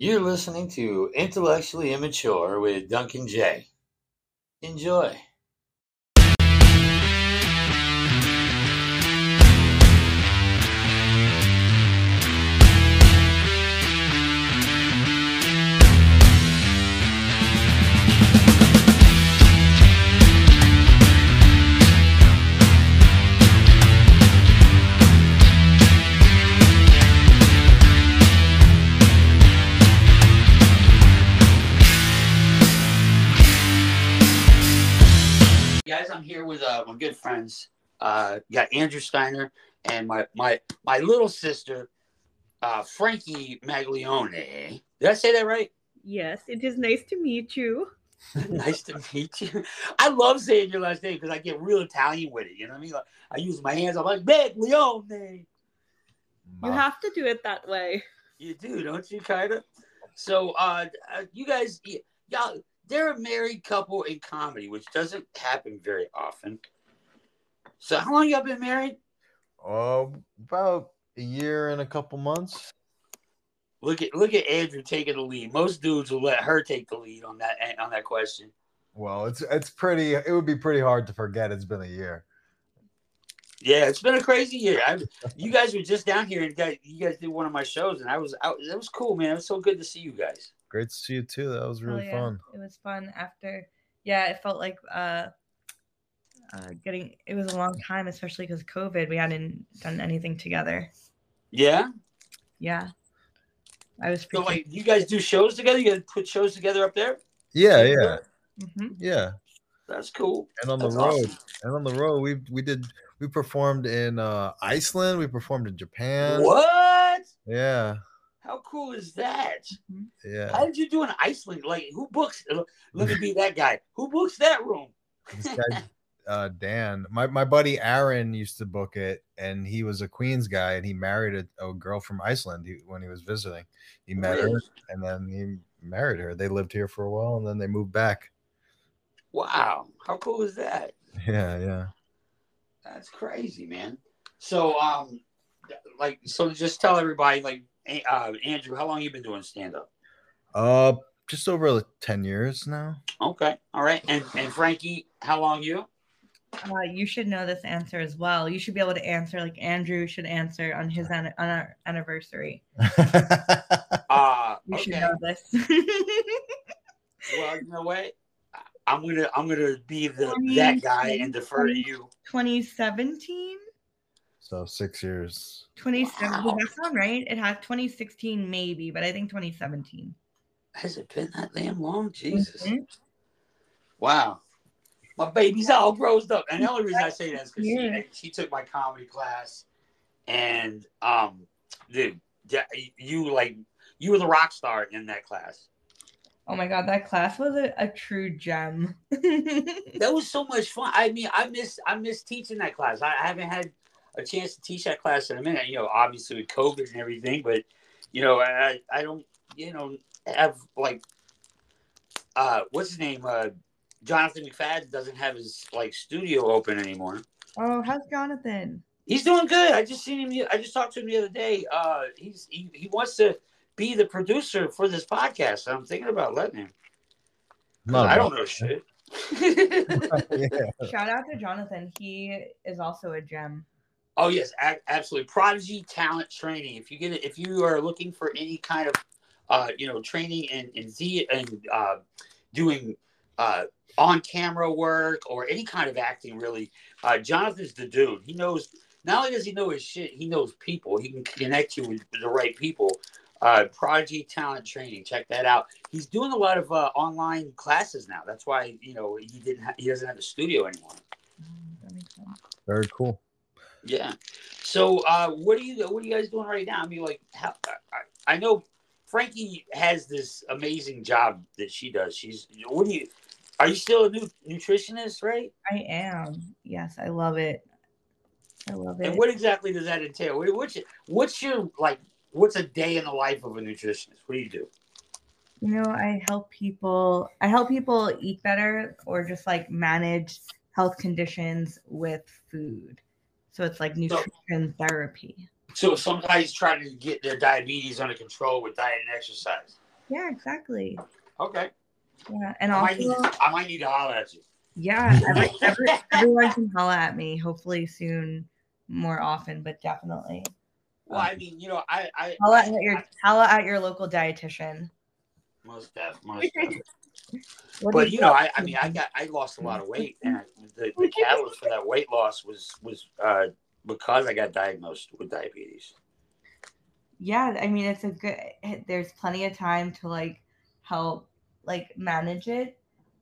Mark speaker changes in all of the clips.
Speaker 1: You're listening to Intellectually Immature with Duncan J. Enjoy.
Speaker 2: guys, I'm here with uh, my good friends. Uh, you got Andrew Steiner and my my my little sister, uh, Frankie Maglione. Did I say that right?
Speaker 3: Yes, it is nice to meet you.
Speaker 2: nice to meet you. I love saying your last name because I get real Italian with it. You know what I mean? Like, I use my hands. I'm like Maglione.
Speaker 3: You have to do it that way.
Speaker 2: You do, don't you? Kinda. So, uh, uh, you guys, y- y'all, they're a married couple in comedy, which doesn't happen very often. So, how long y'all been married?
Speaker 4: Oh, about a year and a couple months.
Speaker 2: Look at look at Andrew taking the lead. Most dudes will let her take the lead on that on that question.
Speaker 4: Well, it's it's pretty. It would be pretty hard to forget. It's been a year.
Speaker 2: Yeah, it's been a crazy year. I, you guys were just down here and got, you guys did one of my shows, and I was out. It was cool, man. It was so good to see you guys.
Speaker 4: Great to see you too. That was
Speaker 5: Hell
Speaker 4: really
Speaker 5: yeah.
Speaker 4: fun.
Speaker 5: It was fun after. Yeah, it felt like uh, uh getting. It was a long time, especially because COVID. We hadn't done anything together.
Speaker 2: Yeah,
Speaker 5: Yeah, I was.
Speaker 2: so like you guys do shows together. You guys put shows together up there.
Speaker 4: Yeah, yeah,
Speaker 5: Mhm.
Speaker 4: yeah.
Speaker 2: That's cool.
Speaker 4: And on the
Speaker 2: That's
Speaker 4: road,
Speaker 2: awesome.
Speaker 4: and on the road, we we did we performed in uh Iceland. We performed in Japan.
Speaker 2: What?
Speaker 4: Yeah,
Speaker 2: How cool is that?
Speaker 4: yeah.
Speaker 2: How did you do in Iceland? Like, who books? Let me be that guy. Who books that room?
Speaker 4: This guy, uh, Dan, my my buddy Aaron used to book it, and he was a Queens guy, and he married a, a girl from Iceland he- when he was visiting. He met her,
Speaker 2: Really?
Speaker 4: and then he married her. They lived here for a while and then they moved back.
Speaker 2: Wow, how cool is that?
Speaker 4: Yeah, yeah.
Speaker 2: That's crazy, man. So, um, like, so just tell everybody, like, A- uh, Andrew, how long you been doing stand up?
Speaker 4: Uh just over like 10 years now.
Speaker 2: Okay, all right. And and Frankie, how long you?
Speaker 5: Uh, you should know this answer as well. You should be able to answer like Andrew should answer on his an- on our anniversary.
Speaker 2: Uh,
Speaker 5: You should
Speaker 2: okay.
Speaker 5: know this.
Speaker 2: Well, you know what? I- I'm gonna I'm gonna be the
Speaker 5: Twenty-
Speaker 2: that guy and defer to
Speaker 5: twenty-
Speaker 2: you.
Speaker 5: 2017.
Speaker 4: so 6 years.
Speaker 5: 2017.
Speaker 2: Wow.
Speaker 5: Does that sound right? It had 2016 maybe, but I think 2017.
Speaker 2: Has it been that damn long? Jesus.
Speaker 5: Mhm.
Speaker 2: Wow. My baby's all grown up. And the only reason I say that is because
Speaker 5: Yeah.
Speaker 2: she, she took my comedy class. And, um, dude, yeah, you like, you were the rock star in that class.
Speaker 5: Oh my god, that class was a, a true gem.
Speaker 2: That was so much fun. I mean, I miss, I miss teaching that class. I, I haven't had a chance to teach that class in a minute, you know, obviously with COVID and everything, but, you know, I, I don't, you know, have like, uh, what's his name? Uh, Jonathan McFadden doesn't have his like studio open anymore.
Speaker 5: oh, how's Jonathan?
Speaker 2: He's doing good. I just seen him. the- I just talked to him the other day. Uh, he's he, he wants to be the producer for this podcast. I'm thinking about letting him.
Speaker 4: Not
Speaker 2: I don't know shit.
Speaker 4: yeah.
Speaker 5: Shout out to Jonathan. He is also a gem.
Speaker 2: oh yes, a- absolutely. Prodigy talent training. If you get it, if you are looking for any kind of, uh, you know, training and and Z and uh, doing uh on camera work or any kind of acting really, uh, Jonathan's the dude. He knows. Not only does he know his shit, he knows people. He can connect you with the right people. uh, Prodigy Talent Training. Check that out. He's doing a lot of uh, online classes now. That's why you know he didn't ha- he doesn't have a studio anymore.
Speaker 5: That makes sense.
Speaker 4: Very cool.
Speaker 2: Yeah. So uh, what are you what are you guys doing right now? I mean, like how, I, I I know Frankie has this amazing job that she does. She's what do you are you still a nu- nutritionist, right?
Speaker 5: I am. Yes, I love it. I love it.
Speaker 2: And what exactly does that entail? What, what's your, what's your like what's a day in the life of a nutritionist? What do you do?
Speaker 5: you know, I help people I help people eat better or just like manage health conditions with food. So it's like nutrition therapy.
Speaker 2: So if somebody's trying to get their diabetes under control with diet and exercise.
Speaker 5: Yeah, exactly.
Speaker 2: Okay.
Speaker 5: Yeah, and
Speaker 2: I might, need,
Speaker 5: also,
Speaker 2: I might need to holler at you.
Speaker 5: yeah, every, every, everyone can holla at me. Hopefully soon, more often, but definitely
Speaker 2: Well, I mean, you know, I, I
Speaker 5: Uh-huh. holla at your holla at your local dietitian.
Speaker 2: most def, most def.
Speaker 5: What do
Speaker 2: But you know, I, I
Speaker 5: do?
Speaker 2: mean, I got I lost a lot of weight, and I, the, the catalyst for that weight loss was was uh, because I got diagnosed with diabetes.
Speaker 5: yeah i mean it's a good there's plenty of time to like help like manage it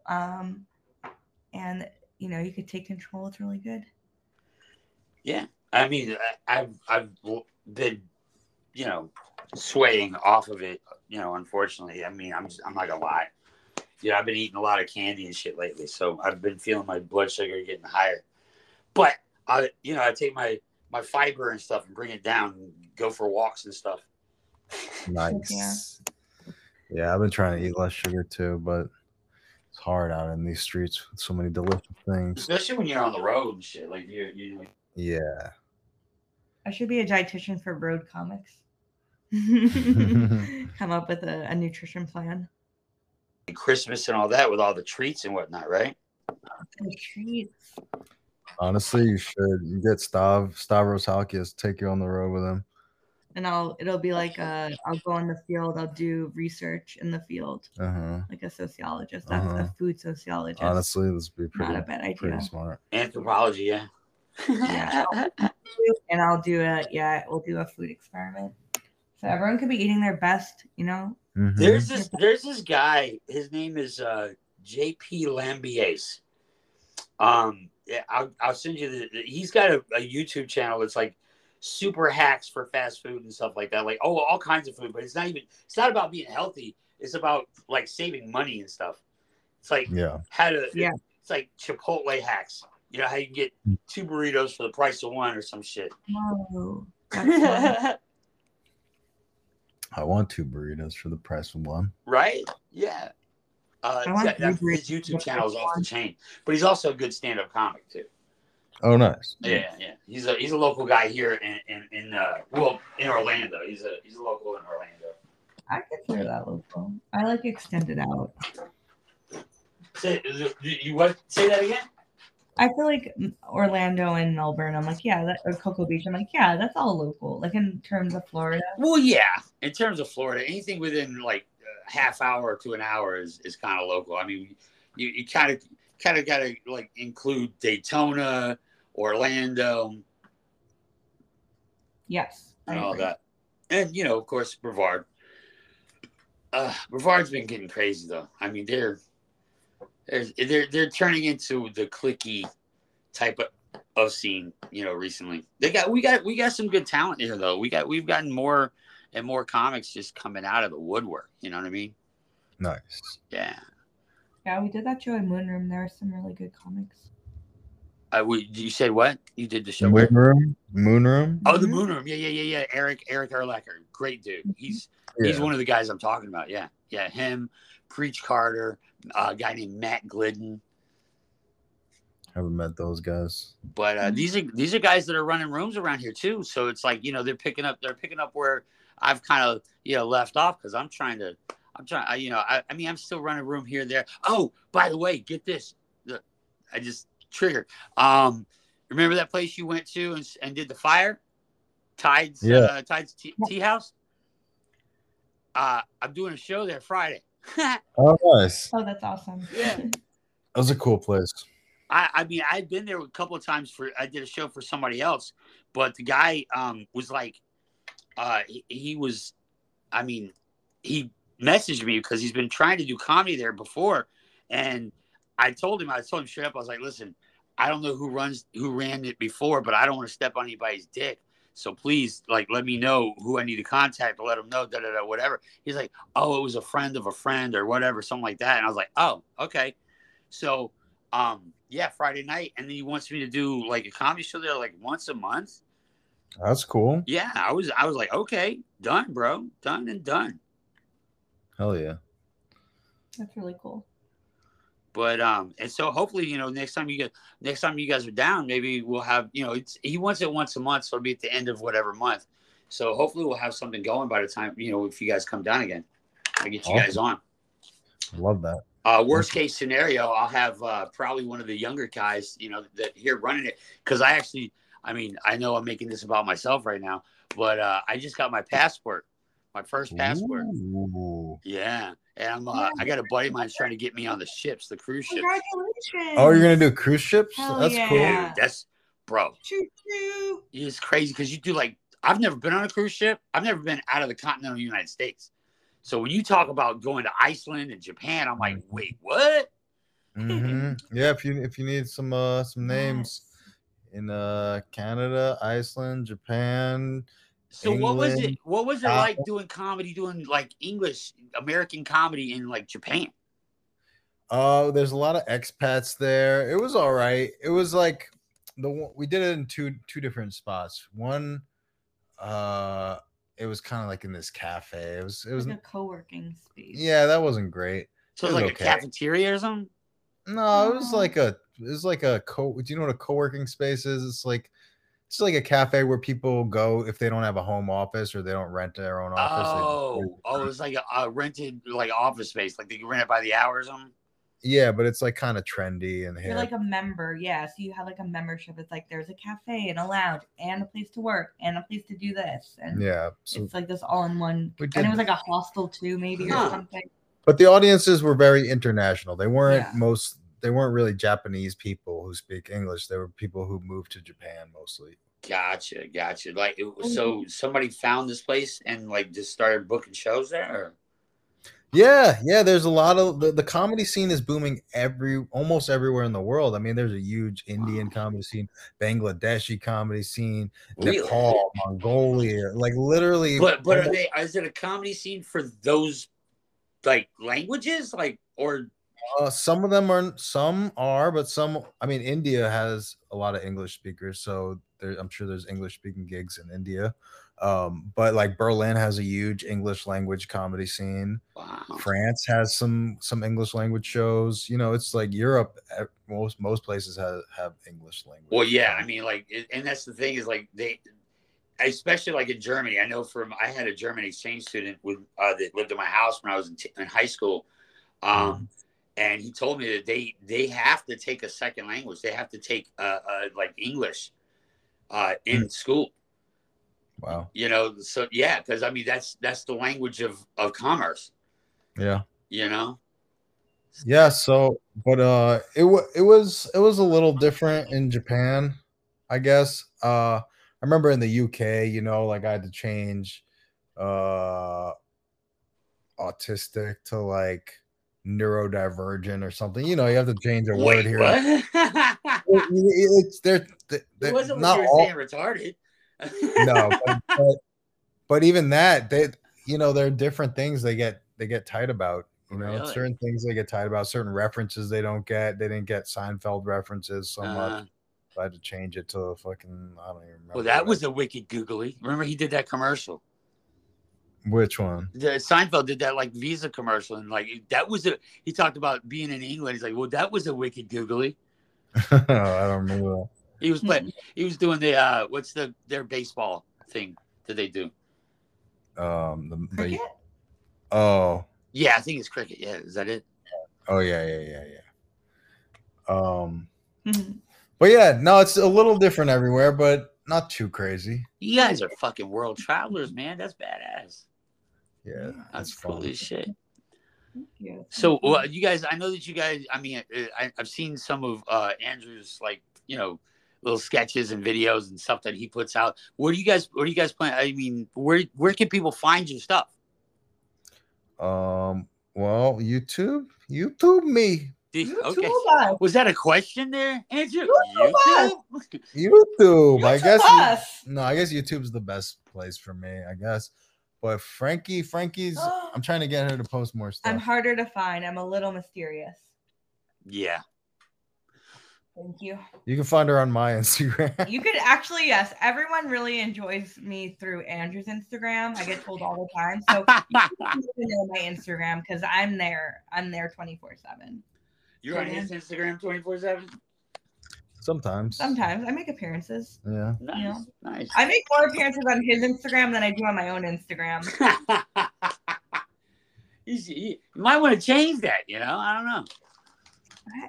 Speaker 5: um and you know you could take control it's really good
Speaker 2: I mean, I, I've I've been, you know, swaying off of it. You know, unfortunately, I mean, I'm just, I'm not gonna lie. You know, I've been eating a lot of candy and shit lately, so I've been feeling my blood sugar getting higher. But I, you know, I take my my fiber and stuff and bring it down, and go for walks and stuff.
Speaker 4: Nice. Yeah, I've been trying to eat less sugar too, but it's hard out in these streets with so many delicious things.
Speaker 2: Especially when you're on the road and shit. Like you, you.
Speaker 4: Yeah.
Speaker 5: i should be a dietitian for road comics come up with a, a nutrition plan
Speaker 2: Christmas and all that with all the treats and whatnot, right?
Speaker 5: The treats
Speaker 4: Honestly, you should you get Stav Stavros Halkias take you on the road with him.
Speaker 5: and i'll it'll be like uh i'll go in the field i'll do research in the field
Speaker 4: Uh-huh.
Speaker 5: like a sociologist that's
Speaker 4: Uh-huh.
Speaker 5: a food sociologist
Speaker 4: Honestly, this would be
Speaker 5: not a
Speaker 4: pretty
Speaker 5: bad
Speaker 4: pretty
Speaker 5: idea
Speaker 4: smart.
Speaker 2: Anthropology, yeah.
Speaker 5: Yeah. and I'll do a yeah, we'll do a food experiment. So everyone could be eating their best, you know.
Speaker 4: Mhm.
Speaker 2: There's this there's this guy. His name is uh, J.P. Lambiase. Um, yeah, I'll, I'll send you the. the- He's got a, a YouTube channel that's like super hacks for fast food and stuff like that. Like oh, all kinds of food, but it's not even. It's not about being healthy. It's about like saving money and stuff. It's like
Speaker 4: yeah.
Speaker 2: how to
Speaker 5: Yeah.
Speaker 2: It's like Chipotle hacks. You know how you can get two burritos for the price of one or some shit.
Speaker 5: Oh,
Speaker 4: I want two burritos for the price of one.
Speaker 2: right? Yeah. Uh,
Speaker 5: I want
Speaker 2: yeah, that-
Speaker 5: Uber
Speaker 2: his
Speaker 5: to
Speaker 2: YouTube
Speaker 5: get
Speaker 2: channel is
Speaker 5: this
Speaker 2: off the
Speaker 5: one.
Speaker 2: chain, but he's also a good stand-up comic too.
Speaker 4: Oh nice.
Speaker 2: Yeah, yeah. He's a he's a local guy here in in, in uh well in Orlando. He's a he's a local in Orlando.
Speaker 5: I consider that local. I like extended out.
Speaker 2: Say you what? Say that again.
Speaker 5: I feel like Orlando and Melbourne. I'm like, yeah, that, or Cocoa Beach. I'm like, yeah, that's all local. Like in terms of Florida.
Speaker 2: Well, yeah. In terms of Florida, anything within like a half hour to an hour is is kind of local. I mean, you you kind of kind of got to like include Daytona, Orlando,
Speaker 5: Yes. I
Speaker 4: Oh,
Speaker 2: and all
Speaker 5: agree.
Speaker 2: that. And you know, of course, Brevard. Uh, Brevard's been getting crazy though. I mean, they're they're they're, they're turning into the clicky type of, of scene. You know, recently they got we got we got some good talent here though. We got we've gotten more and more comics just coming out of the woodwork. You know what I mean?
Speaker 4: Nice.
Speaker 2: Yeah.
Speaker 5: Yeah, we did that show in Moon Room. There were some really good comics.
Speaker 2: I we, you said what? You did the show
Speaker 4: Moon
Speaker 2: where?
Speaker 4: room? Moon room?
Speaker 2: Oh, the Moon Room. Yeah, yeah, yeah, yeah. Eric Eric Erlacher, great dude. He's He's one of the guys I'm talking about. Yeah. Yeah. Him, Preach Carter, uh, a guy named Matt Glidden.
Speaker 4: Haven't met those guys.
Speaker 2: But uh, these are these are guys that are running rooms around here too. So it's like, you know, they're picking up they're picking up where I've kind of, you know, left off because I'm trying to I'm trying I, you know, I, I mean I'm still running room here there. Oh, by the way, get this. The- I just triggered. Um remember that place you went to and, s- and did the fire? Tides
Speaker 4: Yeah.
Speaker 2: uh, Tides tea, tea House? Uh I'm doing a show there Friday.
Speaker 4: Oh nice.
Speaker 5: Oh, that's awesome.
Speaker 2: Yeah.
Speaker 4: That was a cool place.
Speaker 2: I, I mean, I've been there a couple of times for I did a show for somebody else, but the guy um was like, uh, he, he was, I mean, he messaged me because he's been trying to do comedy there before, and I told him, I told him straight up, I was like, listen, I don't know who runs who ran it before, but I don't want to step on anybody's dick. So please, like, let me know who I need to contact. Let them know, da da da, whatever. He's like, oh, it was a friend of a friend or whatever, something like that. And I was like, oh, okay. So, um, yeah, Friday night, and then he wants me to do like a comedy show there, like once a month.
Speaker 4: That's cool.
Speaker 2: Yeah, I was, I was like, okay, done, bro, done and done.
Speaker 4: Hell yeah.
Speaker 5: That's really cool.
Speaker 2: But um, and so hopefully, you know, next time you get, next time you guys are down, maybe we'll have, you know, it's he wants it once a month, so it'll be at the end of whatever month. So hopefully, we'll have something going by the time you know if you guys come down again. I get you guys on.
Speaker 4: I love that.
Speaker 2: Uh, worst case scenario, I'll have uh, probably one of the younger guys, you know, that here running it. Because I actually, I mean, I know I'm making this about myself right now, but uh, I just got my passport, my first passport.
Speaker 4: Ooh.
Speaker 2: Yeah, and I'm, uh, I got a buddy of mine trying to get me on the ships, the cruise
Speaker 5: Oh
Speaker 2: ships.
Speaker 5: Congratulations.
Speaker 4: Oh, you're gonna do cruise ships?
Speaker 5: Hell
Speaker 4: That's
Speaker 5: yeah.
Speaker 4: cool.
Speaker 2: Dude, that's bro.
Speaker 5: Choo choo.
Speaker 2: It's crazy because you do like I've never been on a cruise ship. I've never been out of the continental United States. So when you talk about going to Iceland and Japan, I'm like, wait, what?
Speaker 4: Mhm. Yeah, if you if you need some uh some names in uh Canada, Iceland, Japan,
Speaker 2: So what was it?
Speaker 4: England.
Speaker 2: What was it
Speaker 4: Uh,
Speaker 2: like doing comedy, doing like English American comedy in like Japan?
Speaker 4: Oh, there's a lot of expats there. It was all right. It was like the one we did it in two two different spots. One, uh, it was kind of like in this cafe. It was it was
Speaker 5: Like a co-working space.
Speaker 4: yeah, that wasn't great.
Speaker 2: So it was
Speaker 4: It was
Speaker 2: like
Speaker 4: okay.
Speaker 2: a cafeteria or something.
Speaker 4: No, it was
Speaker 5: Oh.
Speaker 4: like a it was like a co. Do you know what a co working space is? It's like it's like a cafe where people go if they don't have a home office or they don't rent their own office. they just-
Speaker 2: Oh, oh, it was like a, a rented like office space, like they could rent it by the hour or something.
Speaker 4: yeah, but it's like kind of trendy and
Speaker 5: You're
Speaker 4: hip.
Speaker 5: like a member, yeah. So you have like a membership. It's like there's a cafe and a lounge and a place to work and a place to do this. And
Speaker 4: yeah, so
Speaker 5: it's like this all in one.
Speaker 4: we
Speaker 5: And
Speaker 4: did
Speaker 5: it was like a hostel too, maybe
Speaker 2: Huh.
Speaker 5: or something.
Speaker 4: but the audiences were very international they weren't
Speaker 5: Yeah.
Speaker 4: most they weren't really japanese people who speak english they were people who moved to japan mostly
Speaker 2: Gotcha, gotcha. Like it was, so somebody found this place and like just started booking shows there. Or?
Speaker 4: yeah yeah there's a lot of the, the comedy scene is booming every almost everywhere in the world i mean there's a huge indian
Speaker 2: Wow.
Speaker 4: comedy scene bangladeshi comedy scene nepal mongolia like literally
Speaker 2: But but are they? Is it a comedy scene for those like languages? Like or
Speaker 4: uh, some of them are some are but some i mean india has a lot of english speakers so there, i'm sure there's english speaking gigs in india um, but like berlin has a huge english language comedy scene
Speaker 2: wow,
Speaker 4: france has some some english language shows you know it's like europe eh, most most places have have english language
Speaker 2: Well, yeah, I
Speaker 4: comedy.
Speaker 2: mean, like, it- and that's the thing is like they, especially like in Germany. I know from I had a German exchange student with uh, that lived in my house when I was in, t- in high school, um,
Speaker 4: Mm-hmm.
Speaker 2: and he told me that they they have to take a second language. They have to take uh, uh like English, uh, in
Speaker 4: Mm.
Speaker 2: school.
Speaker 4: wow
Speaker 2: You know, so yeah, because I mean that's that's the language of of commerce.
Speaker 4: yeah
Speaker 2: You know,
Speaker 4: yeah so but uh it, wa it was it was a little different in japan i guess uh i remember in the uk you know like i had to change uh autistic to like neurodivergent or something you know you have to change a word
Speaker 2: wait,
Speaker 4: here
Speaker 2: what?
Speaker 4: It- it- it's they're, they're,
Speaker 2: it wasn't
Speaker 4: not
Speaker 2: what you were
Speaker 4: all,
Speaker 2: saying retarded.
Speaker 4: no but, but, but even that they you know there are different things they get they get tight about you know
Speaker 2: Really?
Speaker 4: certain things they get tight about certain references they don't get they didn't get seinfeld references so
Speaker 2: Uh,
Speaker 4: much so i had to change it to a fucking i don't even remember
Speaker 2: Well, that
Speaker 4: what
Speaker 2: was
Speaker 4: it-
Speaker 2: a wicked googly. Remember, he did that commercial.
Speaker 4: which one
Speaker 2: The, Seinfeld did that like Visa commercial, and like that was a. He talked about being in England. He's like, well, that was a wicked googly.
Speaker 4: i don't remember that.
Speaker 2: He was playing. he was doing the uh, what's the their baseball thing that they do?
Speaker 4: um the, the
Speaker 5: Cricket?
Speaker 4: oh
Speaker 2: Yeah, I think it's cricket. Yeah, is that it?
Speaker 4: oh yeah yeah yeah yeah um
Speaker 5: Mhm.
Speaker 4: but yeah no it's a little different everywhere but not too crazy
Speaker 2: You guys are fucking world travelers, man. That's badass.
Speaker 4: yeah
Speaker 2: That's
Speaker 4: fun.
Speaker 2: cool as shit.
Speaker 5: Thank you.
Speaker 2: So,
Speaker 5: Thank
Speaker 2: well, you guys, I know that you guys. I mean, uh, I, I've seen some of uh, Andrew's like you know little sketches and videos and stuff that he puts out. Where do you guys? Where do you guys plan? I mean, where where can people find your stuff?
Speaker 4: Um. Well, YouTube, YouTube me,
Speaker 2: Do-
Speaker 5: you.
Speaker 2: Okay,
Speaker 5: YouTube us.
Speaker 2: oh, was that a question there, Andrew?
Speaker 5: YouTube us.
Speaker 2: YouTube?
Speaker 4: YouTube. I
Speaker 5: YouTube
Speaker 4: guess. you-
Speaker 5: us.
Speaker 4: No, I guess YouTube's the best place for me. I guess. But Frankie, Frankie's. I'm trying to get her to post more stuff.
Speaker 5: I'm harder to find. I'm a little mysterious.
Speaker 2: Yeah,
Speaker 5: Thank you.
Speaker 4: you can find her on my Instagram.
Speaker 5: You could actually, yes, everyone really enjoys me through Andrew's Instagram. I get told all the time. So you should know my Instagram because I'm there. I'm there 24 7.
Speaker 2: you're on his Instagram twenty four seven.
Speaker 4: Sometimes.
Speaker 5: Sometimes I make appearances.
Speaker 4: Yeah.
Speaker 2: Nice, nice.
Speaker 5: I make more appearances on his Instagram than I do on my own Instagram.
Speaker 2: you is you might want to change that. You know, I don't know.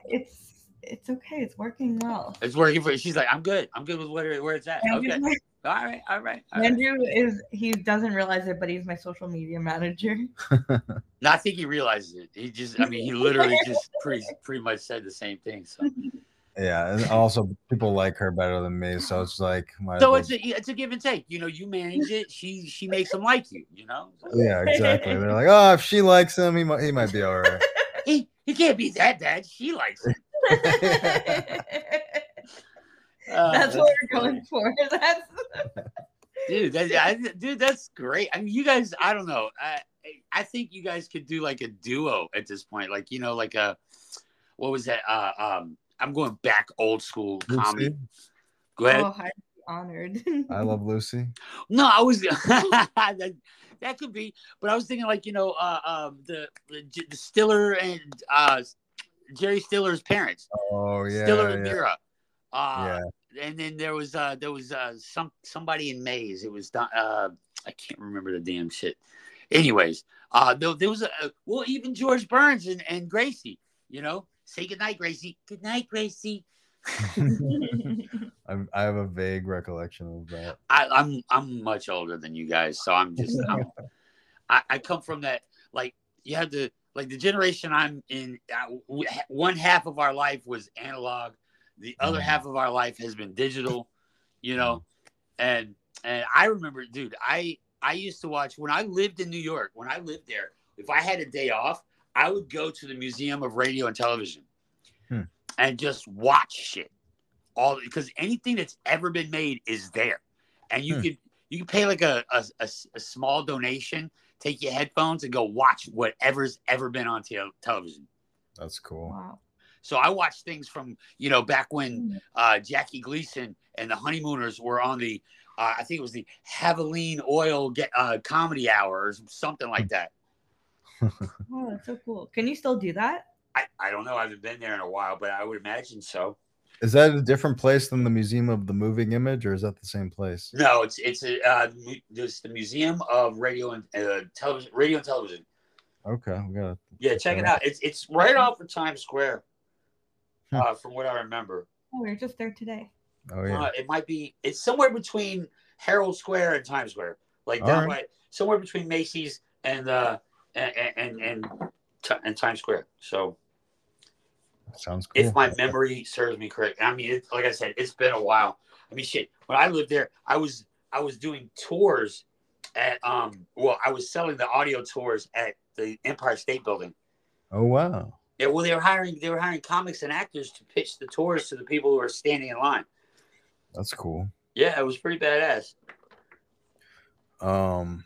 Speaker 5: It's it's okay. It's working well.
Speaker 2: It's working for. She's like, I'm good. I'm good with where where it's at.
Speaker 5: Andrew,
Speaker 2: Okay. All right. All right. All right.
Speaker 5: Andrew is he doesn't realize it, but he's my social media manager.
Speaker 2: No, I think he realizes it. He just, I mean, he literally just pretty pretty much said the same thing. So,
Speaker 4: yeah, and also people like her better than me, so it's like my
Speaker 2: so it's a it's a give and take. You know, you manage it. She she makes him like you. You know,
Speaker 4: yeah, exactly. They're like, oh, if she likes him, he might he might be all right.
Speaker 2: he he can't be that bad. She likes him.
Speaker 5: That's
Speaker 2: Uh,
Speaker 5: what we're going for. That's
Speaker 2: dude. That, I, dude, that's great. I mean, you guys. I don't know. I I think you guys could do like a duo at this point. Like you know, like a what was that? Uh, um, I'm going back old school comedy.
Speaker 4: Lucy,
Speaker 2: Go ahead.
Speaker 5: oh, I'd be honored.
Speaker 4: I love Lucy.
Speaker 2: No, I was that, that could be, but I was thinking like you know uh, um, the, the J- the Stiller and uh, Jerry Stiller's parents,
Speaker 4: Oh yeah,
Speaker 2: Stiller and
Speaker 4: yeah.
Speaker 2: Mira. Uh,
Speaker 4: yeah.
Speaker 2: And then there was uh, there was uh, some somebody in Maze. It was Don- uh, I can't remember the damn shit. Anyways, uh, there, there was a well even George Burns and, and Gracie. You know, say goodnight, Gracie. Good night, Gracie.
Speaker 4: I I have a vague recollection of that.
Speaker 2: I, I'm I'm much older than you guys, so I'm just I'm, I, I come from that like you had to like the generation I'm in. Uh, w- one half of our life was analog, the other
Speaker 4: Mhm.
Speaker 2: half of our life has been digital, you
Speaker 4: Mm.
Speaker 2: know, and and I remember, dude, I I used to watch when I lived in New York. When I lived there, if I had a day off, I would go to the Museum of Radio and Television
Speaker 4: Hmm.
Speaker 2: and just watch shit. All because anything that's ever been made is there, and you
Speaker 4: Hmm.
Speaker 2: could you could pay like a, a, a s- a small donation, take your headphones, and go watch whatever's ever been on te- television.
Speaker 4: That's cool.
Speaker 5: wow.
Speaker 2: So I watched things from you know back
Speaker 5: Oh
Speaker 2: when uh, Jackie Gleason and the Honeymooners were on the uh, I think it was the Haviline Oil get, uh, Comedy Hour or something like that.
Speaker 5: Oh, that's so cool. Can you still do that?
Speaker 2: I, I don't know. I haven't been there in a while, but I would imagine so.
Speaker 4: Is that a different place than the Museum of the Moving Image, or is that the same place?
Speaker 2: No, it's it's a uh, mu- it's the Museum of Radio and uh, Television. Radio and Television.
Speaker 4: Okay, we gotta.
Speaker 2: Yeah, check it out. It's it's right off of Times Square,
Speaker 4: Hmm.
Speaker 2: uh, from what I remember.
Speaker 5: Oh, we were just there today.
Speaker 4: Oh yeah,
Speaker 2: Uh, it might be it's somewhere between Herald Square and Times Square, like
Speaker 4: All
Speaker 2: that
Speaker 4: right.
Speaker 2: way, somewhere between Macy's and uh and and and, Ti- and Times Square. So
Speaker 4: sounds cool.
Speaker 2: if my memory serves me correct, I mean, it, like I said, it's been a while. I mean, shit. When I lived there, I was I was doing tours at um. Well, I was selling the audio tours at the Empire State Building.
Speaker 4: Oh wow.
Speaker 2: Yeah, well, they were hiring they were hiring comics and actors to pitch the tours to the people who are standing in line.
Speaker 4: That's cool.
Speaker 2: Yeah, it was pretty badass.
Speaker 4: Um,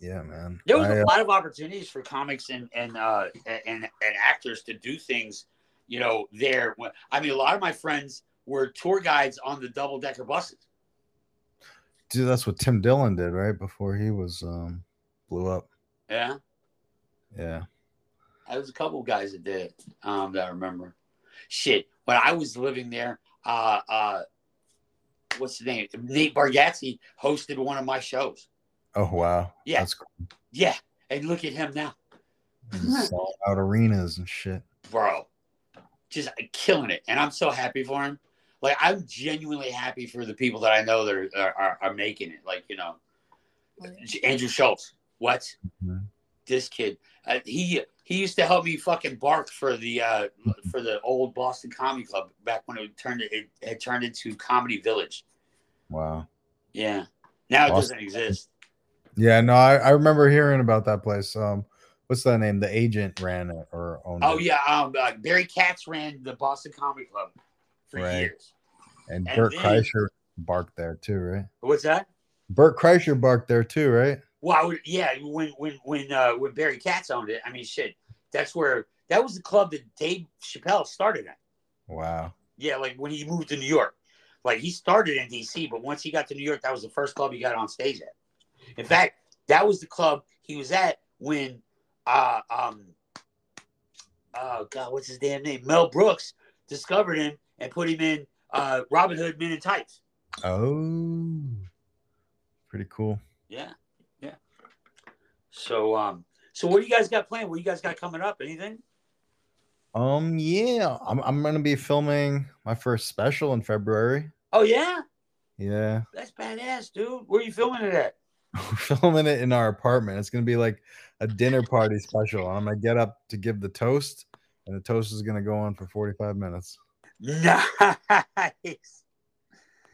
Speaker 4: yeah, man.
Speaker 2: There was
Speaker 4: I,
Speaker 2: a
Speaker 4: uh,
Speaker 2: lot of opportunities for comics and and uh, and and actors to do things, you know. There, When- I mean, a lot of my friends were tour guides on the double decker buses.
Speaker 4: dude, that's what Tim Dillon did, right? Before he was um blew up.
Speaker 2: Yeah,
Speaker 4: Yeah.
Speaker 2: there was a couple of guys that did it, um, that I remember. Shit, when I was living there, uh, uh, what's the name? Nate Bargatze hosted one of my shows.
Speaker 4: Oh wow.
Speaker 2: Yeah.
Speaker 4: That's cool.
Speaker 2: Yeah, and look at him now. Mm-hmm.
Speaker 4: He's selling out arenas and shit.
Speaker 2: bro, just killing it. And I'm so happy for him. Like I'm genuinely happy for the people that I know that are are, are, are making it. Like you know, Andrew Schultz. What
Speaker 4: Mhm.
Speaker 2: this kid? Uh, he he used to help me fucking bark for the uh, for the old Boston Comedy Club back when it turned it had turned into Comedy Village.
Speaker 4: Wow.
Speaker 2: Yeah, now it
Speaker 4: Awesome.
Speaker 2: doesn't exist.
Speaker 4: Yeah. No, I, I remember hearing about that place. Um, what's that name? The agent ran it or owned
Speaker 2: Oh
Speaker 4: it.
Speaker 2: yeah, um, uh, Barry Katz ran the Boston Comedy Club for
Speaker 4: Right.
Speaker 2: years.
Speaker 4: And
Speaker 2: and
Speaker 4: Bert
Speaker 2: then-
Speaker 4: Kreischer barked there too, right?
Speaker 2: What's that?
Speaker 4: Bert Kreischer barked there too, right?
Speaker 2: Well, I would, yeah, when when when uh, when Barry Katz owned it, I mean, shit, that's where that was the club that Dave Chappelle started at.
Speaker 4: Wow.
Speaker 2: Yeah, like when he moved to New York, like he started in D.C., but once he got to New York, that was the first club he got on stage at. In fact, that was the club he was at when, uh, um, oh God, what's his damn name? Mel Brooks discovered him and put him in uh, Robin Hood Men in Tights.
Speaker 4: Oh, pretty cool.
Speaker 2: Yeah, yeah. So, um, So what do you guys got planned? What do you guys got coming up? Anything?
Speaker 4: Um, yeah, I'm I'm gonna be filming my first special in February.
Speaker 2: Oh yeah,
Speaker 4: Yeah,
Speaker 2: that's badass, dude. Where are you filming it at?
Speaker 4: we're filming it in our apartment. It's gonna be like a dinner party special. I'm gonna get up to give the toast, and the toast is gonna go on for 45 minutes.
Speaker 2: Nice.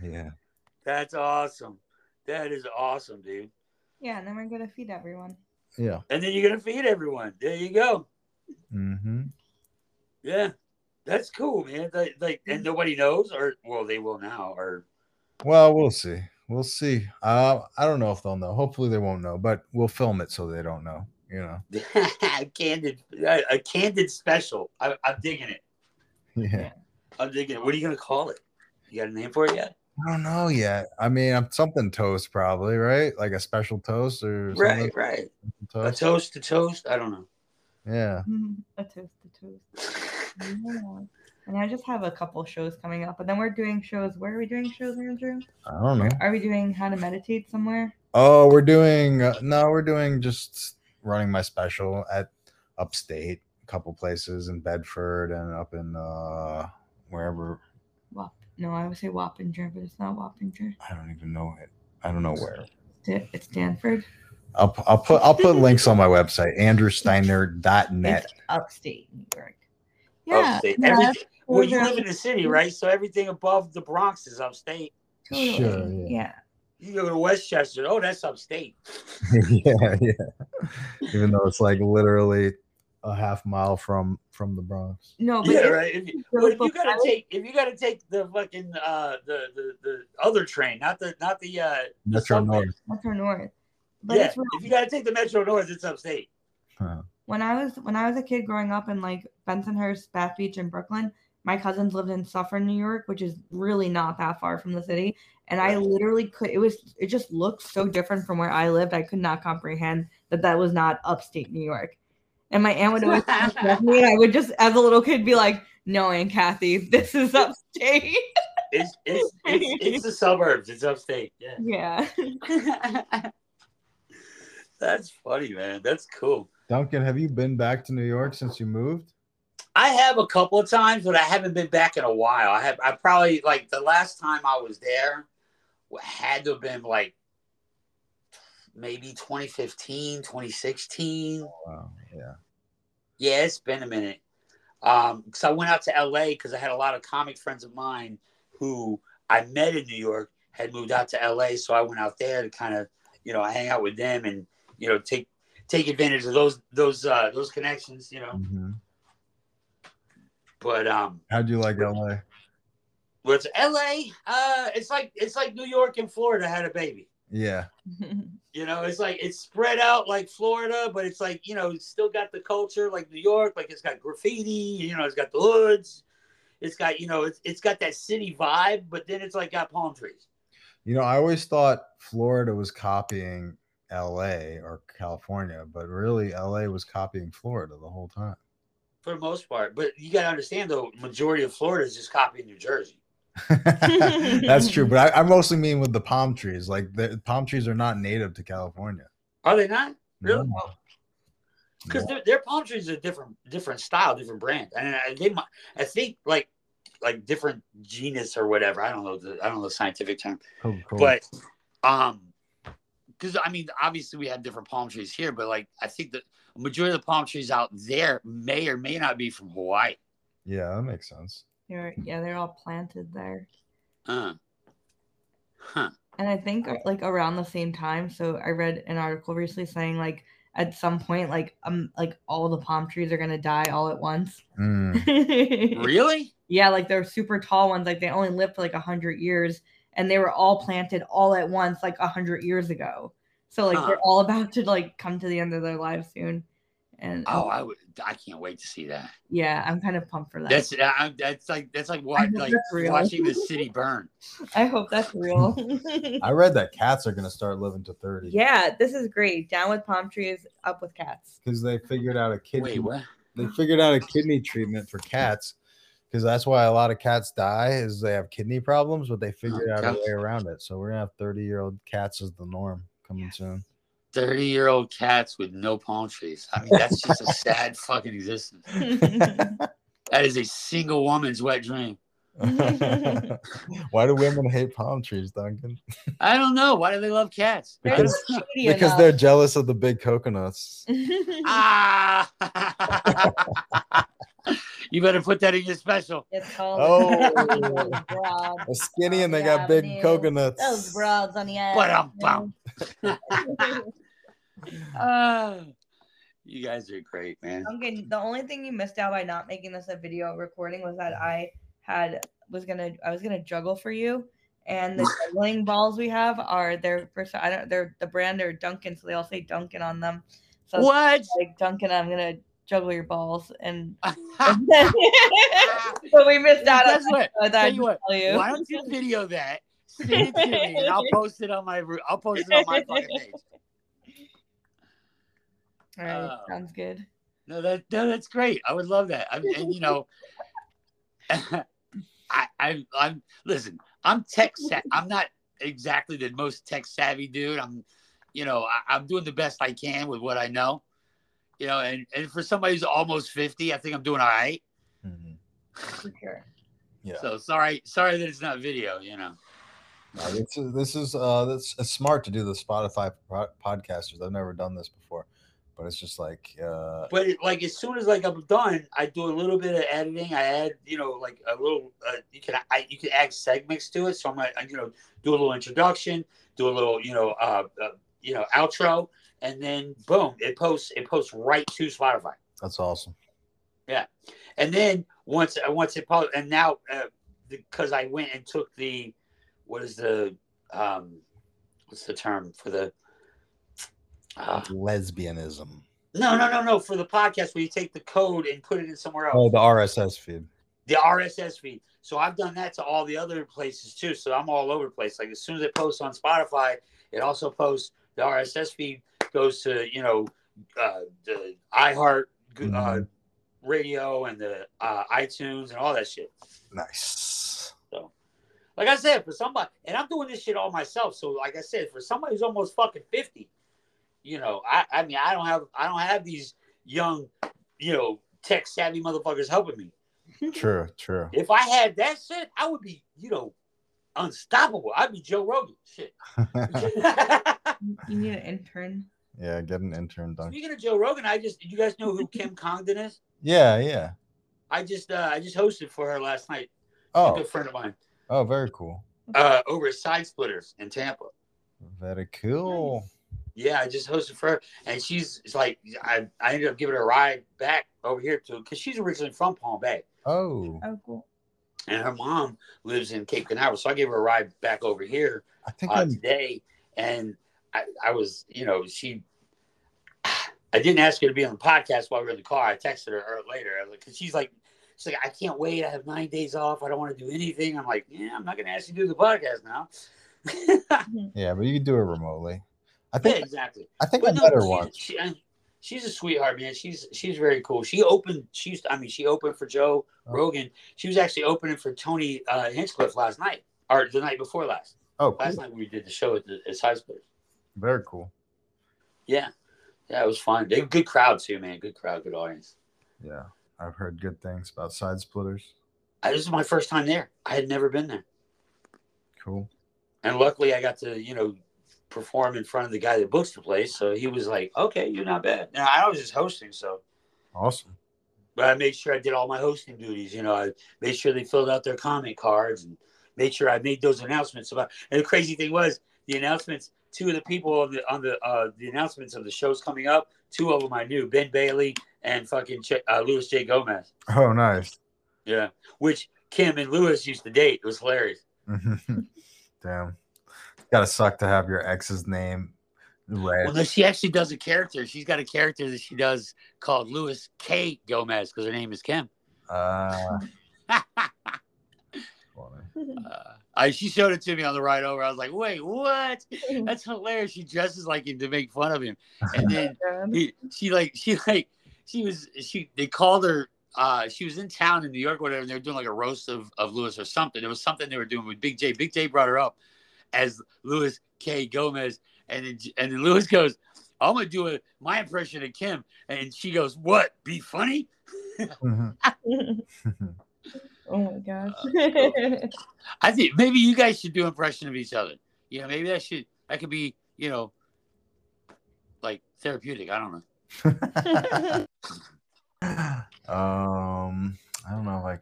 Speaker 4: Yeah,
Speaker 2: That's awesome. That is awesome, dude.
Speaker 5: Yeah, and then we're gonna feed everyone.
Speaker 4: yeah.
Speaker 2: And then you're gonna feed everyone. There you go.
Speaker 4: Mm-hmm.
Speaker 2: Yeah, that's cool, man. Like, like and nobody knows, or well, they will now, or
Speaker 4: Well, we'll see. We'll see. Uh, I don't know if they'll know. Hopefully, they won't know, but we'll film it so they don't know. You know.
Speaker 2: candid, a, a candid special. I, I'm digging it.
Speaker 4: Yeah.
Speaker 2: I'm digging it. What are you gonna call it? You got a name for it yet?
Speaker 4: I don't know yet. I mean, I'm something toast probably, right? Like a special toast or something
Speaker 2: Right, right. A
Speaker 4: toast.
Speaker 2: toast to toast. I don't know.
Speaker 5: Oh,
Speaker 4: yeah.
Speaker 5: a toast, a toast. Yeah. And I just have a couple shows coming up, and then we're doing shows. Where are we doing shows, Andrew?
Speaker 4: I don't know.
Speaker 5: Are we doing How to Meditate somewhere?
Speaker 4: Oh, we're doing uh, no, we're doing just running my special at upstate, a couple places in Bedford and up in uh wherever
Speaker 5: Wap. No, I would say Wappinger, but it's not Wappinger.
Speaker 4: I don't even know it. I don't know where.
Speaker 5: It's it's Stanford.
Speaker 4: I'll, I'll put I'll put links on my website andrewsteiner.net.
Speaker 5: It's upstate New York. Yeah.
Speaker 2: Upstate.
Speaker 5: yeah,
Speaker 2: Every-
Speaker 5: that's
Speaker 2: well, you
Speaker 5: over-
Speaker 2: live in the city, right? So everything above the Bronx is upstate.
Speaker 5: totally.
Speaker 4: Sure,
Speaker 5: Yeah.
Speaker 2: You go to Westchester. Oh, that's upstate.
Speaker 4: yeah, yeah. Even though it's like literally a half mile from from the Bronx.
Speaker 5: No, Oh, but
Speaker 2: Yeah,
Speaker 5: it's-
Speaker 2: right. If you,
Speaker 5: go
Speaker 2: but if you
Speaker 5: both
Speaker 2: gotta
Speaker 5: sides?
Speaker 2: take if you gotta take the fucking uh the the, the other train, not the not the uh the
Speaker 4: Metro
Speaker 2: subway.
Speaker 4: North.
Speaker 5: that's our north. But
Speaker 2: yeah,
Speaker 5: it's real.
Speaker 2: if you gotta take the Metro North, it's upstate.
Speaker 5: when I was when I was a kid growing up in like Bensonhurst, Bath Beach, and Brooklyn, my cousins lived in Suffern, New York, which is really not that far from the city. And I
Speaker 2: Right.
Speaker 5: literally could it was it just looked so different from where I lived. I could not comprehend that that was not upstate New York. And my aunt would always come with me, and I would just, as a little kid, be like, "No, Aunt Kathy, this is upstate."
Speaker 2: It's it's it's, it's the suburbs. It's upstate. Yeah.
Speaker 5: yeah.
Speaker 2: That's funny, man. That's cool.
Speaker 4: Duncan, have you been back to New York since you moved?
Speaker 2: I have a couple of times, but I haven't been back in a while. I have. I probably like the last time I was there had to have been like maybe 2015, 2016.
Speaker 4: Wow. Yeah.
Speaker 2: Yeah, it's been a minute. Um, because I went out to LA because I had a lot of comic friends of mine who I met in New York had moved out to LA, so I went out there to kind of you know hang out with them and you know take take advantage of those those uh, those connections, you know.
Speaker 4: Mhm.
Speaker 2: But um,
Speaker 4: How'd you like LA?
Speaker 2: what's LA? Uh, it's like it's like New York and Florida had a baby.
Speaker 4: Yeah.
Speaker 2: You know, it's like it's spread out like Florida, but it's like you know, it's still got the culture like New York. Like it's got graffiti. You know, it's got the hoods. It's got you know, it's it's got that city vibe, but then it's like got palm trees.
Speaker 4: You know, I always thought Florida was copying LA or California, but really LA was copying Florida the whole time.
Speaker 2: for the most part. But you got to understand, though, majority of Florida is just copying New Jersey.
Speaker 4: That's true, but I, I mostly mean with the palm trees. Like the palm trees are not native to California.
Speaker 2: Are they not? Really?
Speaker 4: No.
Speaker 2: Because their, their palm trees are different, different style, different brand, and I- they, might, I think, like, like different genus or whatever. I don't know. The, I don't know the scientific term,
Speaker 4: Cool, cool.
Speaker 2: but um, because I mean, obviously we have different palm trees here, but like, I think the majority of the palm trees out there may or may not be from Hawaii.
Speaker 4: yeah, that makes sense.
Speaker 5: They're yeah, they're all planted there.
Speaker 2: Uh, huh.
Speaker 5: And I think uh, like around the same time, so I read an article recently saying like at some point like um like all the palm trees are gonna die all at once.
Speaker 4: Mm,
Speaker 2: Really?
Speaker 5: yeah, like they're super tall ones, like they only lived for like a hundred years and they were all planted all at once like a hundred years ago. So like
Speaker 2: Huh.
Speaker 5: they're all about to like come to the end of their lives soon. And
Speaker 2: Oh, I would. I can't wait to see that.
Speaker 5: yeah, I'm kind of pumped for that.
Speaker 2: That's I, that's like that's like wa-
Speaker 5: hope
Speaker 2: like
Speaker 5: that's real.
Speaker 2: watching the city burn.
Speaker 5: I hope that's real.
Speaker 4: I read that cats are going to start living to 30.
Speaker 5: yeah, this is great. Down with palm trees, up with cats.
Speaker 4: Because they figured out a kidney.
Speaker 2: Wait, what?
Speaker 4: They figured out a kidney treatment for cats. Because that's why a lot of cats die is they have kidney
Speaker 2: Oh,
Speaker 4: problems, but they figured out
Speaker 2: Okay.
Speaker 4: a way around it. So we're gonna have 30 year old cats as the norm coming soon.
Speaker 2: 30 year old cats with no palm trees. I mean, that's just a sad fucking existence. That is a single woman's wet dream.
Speaker 4: Why do women hate palm trees, Duncan?
Speaker 2: I don't know. Why do they love cats? I don't
Speaker 4: Because-
Speaker 2: know.
Speaker 5: Shady
Speaker 4: Because they're jealous of the big coconuts.
Speaker 5: enough.
Speaker 2: ah! you better put that in your special.
Speaker 5: it's called
Speaker 4: Oh.
Speaker 5: those broads.
Speaker 4: They're skinny and they
Speaker 5: Yeah,
Speaker 4: got big
Speaker 5: man.
Speaker 4: coconuts.
Speaker 5: Those broads on the ass.
Speaker 2: But I'm bum. Ah, you guys are great, man.
Speaker 5: Duncan, the only thing you missed out by not making this a video recording was that I had was gonna I was gonna juggle for you, and the juggling balls we have are they're first I don't they're the brand are Duncan, so they all say Duncan on them. So it's
Speaker 2: What?
Speaker 5: like Duncan, I'm gonna juggle your balls, and
Speaker 2: Ah,
Speaker 5: but we missed out on
Speaker 2: Guess what?
Speaker 5: that.
Speaker 2: Tell
Speaker 5: I
Speaker 2: you what,
Speaker 5: tell you.
Speaker 2: Why don't you video that? Send it to me, and I'll post it on my I'll post it on my fucking page.
Speaker 5: All right,
Speaker 2: Oh.
Speaker 5: sounds good.
Speaker 2: No, that no, that's great. I would love that. I, and you know, I, I I'm listen. I'm tech. Sa- I'm not exactly the most tech savvy dude. I'm, you know, I, I'm doing the best I can with what I know. You know, and and for somebody who's almost fifty, I think I'm doing all right.
Speaker 4: Mhm.
Speaker 5: For sure.
Speaker 4: Yeah.
Speaker 2: So sorry, sorry that it's not video. You know,
Speaker 4: No, this is this is uh that's it's smart to do the Spotify pro- podcasters. I've never done this before, but it's just like uh
Speaker 2: but it, like as soon as like I'm done, I do a little bit of editing. I add, you know, like a little. Uh, you can I, you can add segments to it. So I'm like, I, you know, do a little introduction, do a little, you know, uh, uh, you know, outro, and then boom, it posts. It posts right to Spotify.
Speaker 4: that's awesome.
Speaker 2: And then once uh, once it posts, and now because I went and took the what is the um what's the term for the uh,
Speaker 4: Lesbianism.
Speaker 2: no no no no for the podcast where you take the code and put it in somewhere else.
Speaker 4: Oh, the RSS feed.
Speaker 2: the RSS feed. So I've done that to all the other places too. So I'm all over the place. Like as soon as it posts on Spotify, it also posts the RSS feed goes to you know uh, the iHeart uh,
Speaker 4: Mhm.
Speaker 2: radio and the uh, iTunes and all that shit.
Speaker 4: Nice.
Speaker 2: Like I said, for somebody, and I'm doing this shit all myself. So like I said, for somebody who's almost fucking fifty, you know, I I mean I don't have I don't have these young, you know, tech savvy motherfuckers helping me.
Speaker 4: True, true.
Speaker 2: If I had that shit, I would be, you know, unstoppable. I'd be Joe Rogan. Shit.
Speaker 5: You need an intern.
Speaker 4: yeah, get an intern done.
Speaker 2: Speaking of Joe Rogan, I just you guys know who Kim Congdon is?
Speaker 4: Yeah, yeah.
Speaker 2: I just uh, I just hosted for her last night. A
Speaker 4: Oh,
Speaker 2: good friend of mine.
Speaker 4: oh, very cool.
Speaker 2: Uh, over at Side Splitters in Tampa.
Speaker 4: Very cool.
Speaker 2: Yeah, I just hosted for her, and she's it's like I, I ended up giving her a ride back over here to because she's originally from Palm Bay,
Speaker 4: Oh,
Speaker 5: Oh, cool.
Speaker 2: and her mom lives in Cape Canaveral, so I gave her a ride back over here
Speaker 4: I think
Speaker 2: uh,
Speaker 4: I'm
Speaker 2: today, and I, I was, you know, she. I didn't ask her to be on the podcast while we were in the car. I texted her ear- later I was like, 'cause she's like, she's like, I can't wait. I have nine days off. I don't want to do anything. I'm like, yeah, I'm not gonna ask you to do the podcast now.
Speaker 4: yeah, but you can do it remotely. I
Speaker 2: yeah,
Speaker 4: think
Speaker 2: exactly.
Speaker 4: I think I
Speaker 2: But no,
Speaker 4: met her
Speaker 2: she-
Speaker 4: once.
Speaker 2: She, I- she's a sweetheart, man. She's she's very cool. She opened. She's I mean, she opened for Joe
Speaker 4: Oh.
Speaker 2: Rogan. She was actually opening for Tony uh, Hinchcliffe last night or the night before last.
Speaker 4: Oh,
Speaker 2: Last
Speaker 4: cool.
Speaker 2: night we did the show at the at Sizeport.
Speaker 4: very cool.
Speaker 2: Yeah. Yeah, it was fun. They good crowd too, man. Good crowd, good audience.
Speaker 4: Yeah, I've heard good things about side splitters.
Speaker 2: I, this is my first time there. I had never been there.
Speaker 4: Cool.
Speaker 2: And luckily I got to, you know, perform in front of the guy that books the place. So he was like, Okay, you're not bad. Now I was just hosting, so
Speaker 4: Awesome.
Speaker 2: but I made sure I did all my hosting duties, you know, I made sure they filled out their comment cards and made sure I made those announcements about and the crazy thing was the announcements, two of the people on the on the uh the announcements of the shows coming up, two of them I knew, Ben Bailey and fucking Ch- uh, Louis J. Gomez.
Speaker 4: Oh, nice.
Speaker 2: Yeah, which Kim and Lewis used to date. It was hilarious.
Speaker 4: Damn. Gotta suck to have your ex's name
Speaker 2: Well,
Speaker 4: read.
Speaker 2: no, she actually does a character. She's got a character that she does called Lewis K. Gomez because her name is Kim.
Speaker 4: Uh,
Speaker 2: uh,
Speaker 4: funny.
Speaker 5: Oh
Speaker 2: I, she showed it to me on the ride over. I was like, "Wait, what? That's hilarious." She dresses like him to make fun of him, and then he, she like she like she was she they called her uh she was in town in New York or whatever and they were doing like a roast of, of Lewis or something. It was something they were doing with Big J. Big J brought her up as Lewis K. Gomez and then, and then Lewis goes, I'm gonna do a my impression of Kim, and she goes, "What? Be funny?"
Speaker 4: Mhm.
Speaker 5: oh my gosh.
Speaker 2: I think maybe you guys should do impression of each other. You know, maybe that should that could be you know, like therapeutic. I don't know. Oh,
Speaker 4: um, I don't know. Like,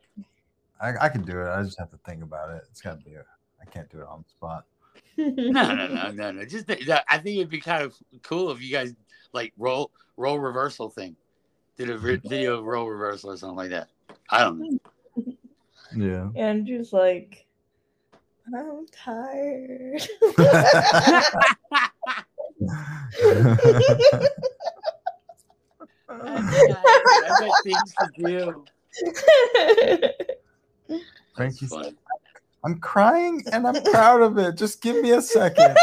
Speaker 4: I I can do it. I just have to think about it. It's got to be. A, I can't do it on the spot.
Speaker 2: No, no, no, no, no. Just th- that, I think it'd be kind of cool if you guys like roll roll reversal thing, did a vi- video of roll reversal or something like that. I don't know.
Speaker 4: Yeah.
Speaker 5: Andrew's like, I'm tired.
Speaker 2: I got things to do.
Speaker 4: Thank
Speaker 2: That's
Speaker 4: you.
Speaker 2: funny.
Speaker 4: I'm crying and I'm proud of it. Just give me a second.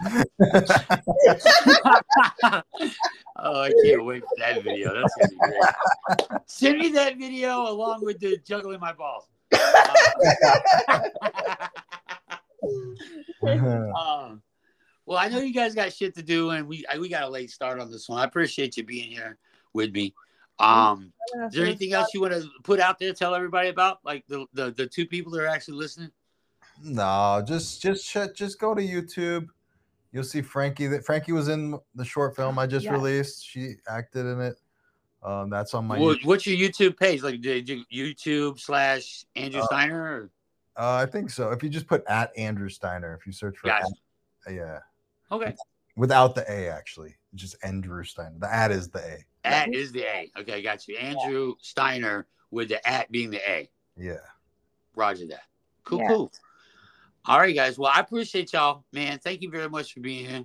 Speaker 2: oh, I can't wait for that video. That's gonna be great. Send me that video along with the juggling my balls. Uh, um, well, I know you guys got shit to do, and we I, we got a late start on this one. I appreciate you being here with me. Um, is there anything else you want to put out there? Tell everybody about like the the, the two people that are actually listening.
Speaker 4: no, just just sh- just go to YouTube. You'll see Frankie. That Frankie was in the short film I just
Speaker 5: Yeah.
Speaker 4: released. She acted in it. Um, that's on my.
Speaker 2: What,
Speaker 4: YouTube-
Speaker 2: what's your YouTube page? Like, did you YouTube slash Andrew
Speaker 4: Uh,
Speaker 2: Steiner? Or?
Speaker 4: uh, I think so. If you just put at Andrew Steiner, if you search for
Speaker 2: Gotcha.
Speaker 4: at- yeah,
Speaker 2: Okay,
Speaker 4: without the A actually, just Andrew Steiner. The at is the A.
Speaker 2: at is the A. Okay, got you. Andrew Steiner with the at being the A.
Speaker 4: Yeah.
Speaker 2: Roger that. Cool,
Speaker 5: Yeah.
Speaker 2: cool. All right, guys. Well, I appreciate y'all, man. Thank you very much for being here.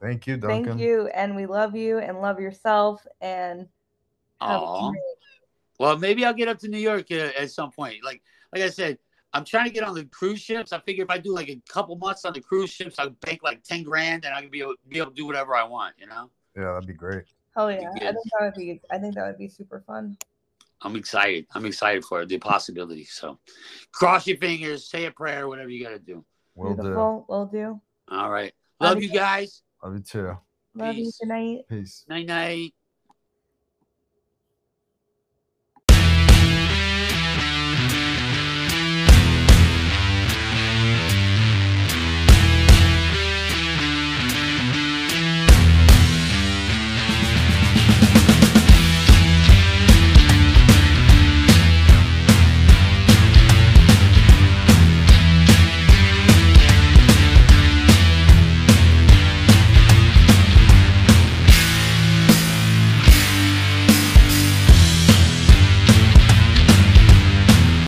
Speaker 4: Thank you, Duncan.
Speaker 5: Thank you, and we love you, and love yourself, and have a
Speaker 2: Aw.
Speaker 5: great-
Speaker 2: Well, maybe I'll get up to New York uh, at some point. Like, like I said, I'm trying to get on the cruise ships. I figure if I do like a couple months on the cruise ships, I'll bank like ten grand, and I can be able, be able to do whatever I want. You know,
Speaker 4: Yeah, that'd be great.
Speaker 5: hell
Speaker 2: Be
Speaker 5: yeah! I
Speaker 2: good.
Speaker 5: think that would be. I think that would be super fun.
Speaker 2: I'm excited. I'm excited for the possibility. So, cross your fingers, say a prayer, whatever you got to do.
Speaker 4: Will do.
Speaker 5: Beautiful. Will do.
Speaker 2: All right, love you guys.
Speaker 4: Love you too.
Speaker 5: Love you
Speaker 2: Peace.
Speaker 5: tonight.
Speaker 4: Peace.
Speaker 2: Night night.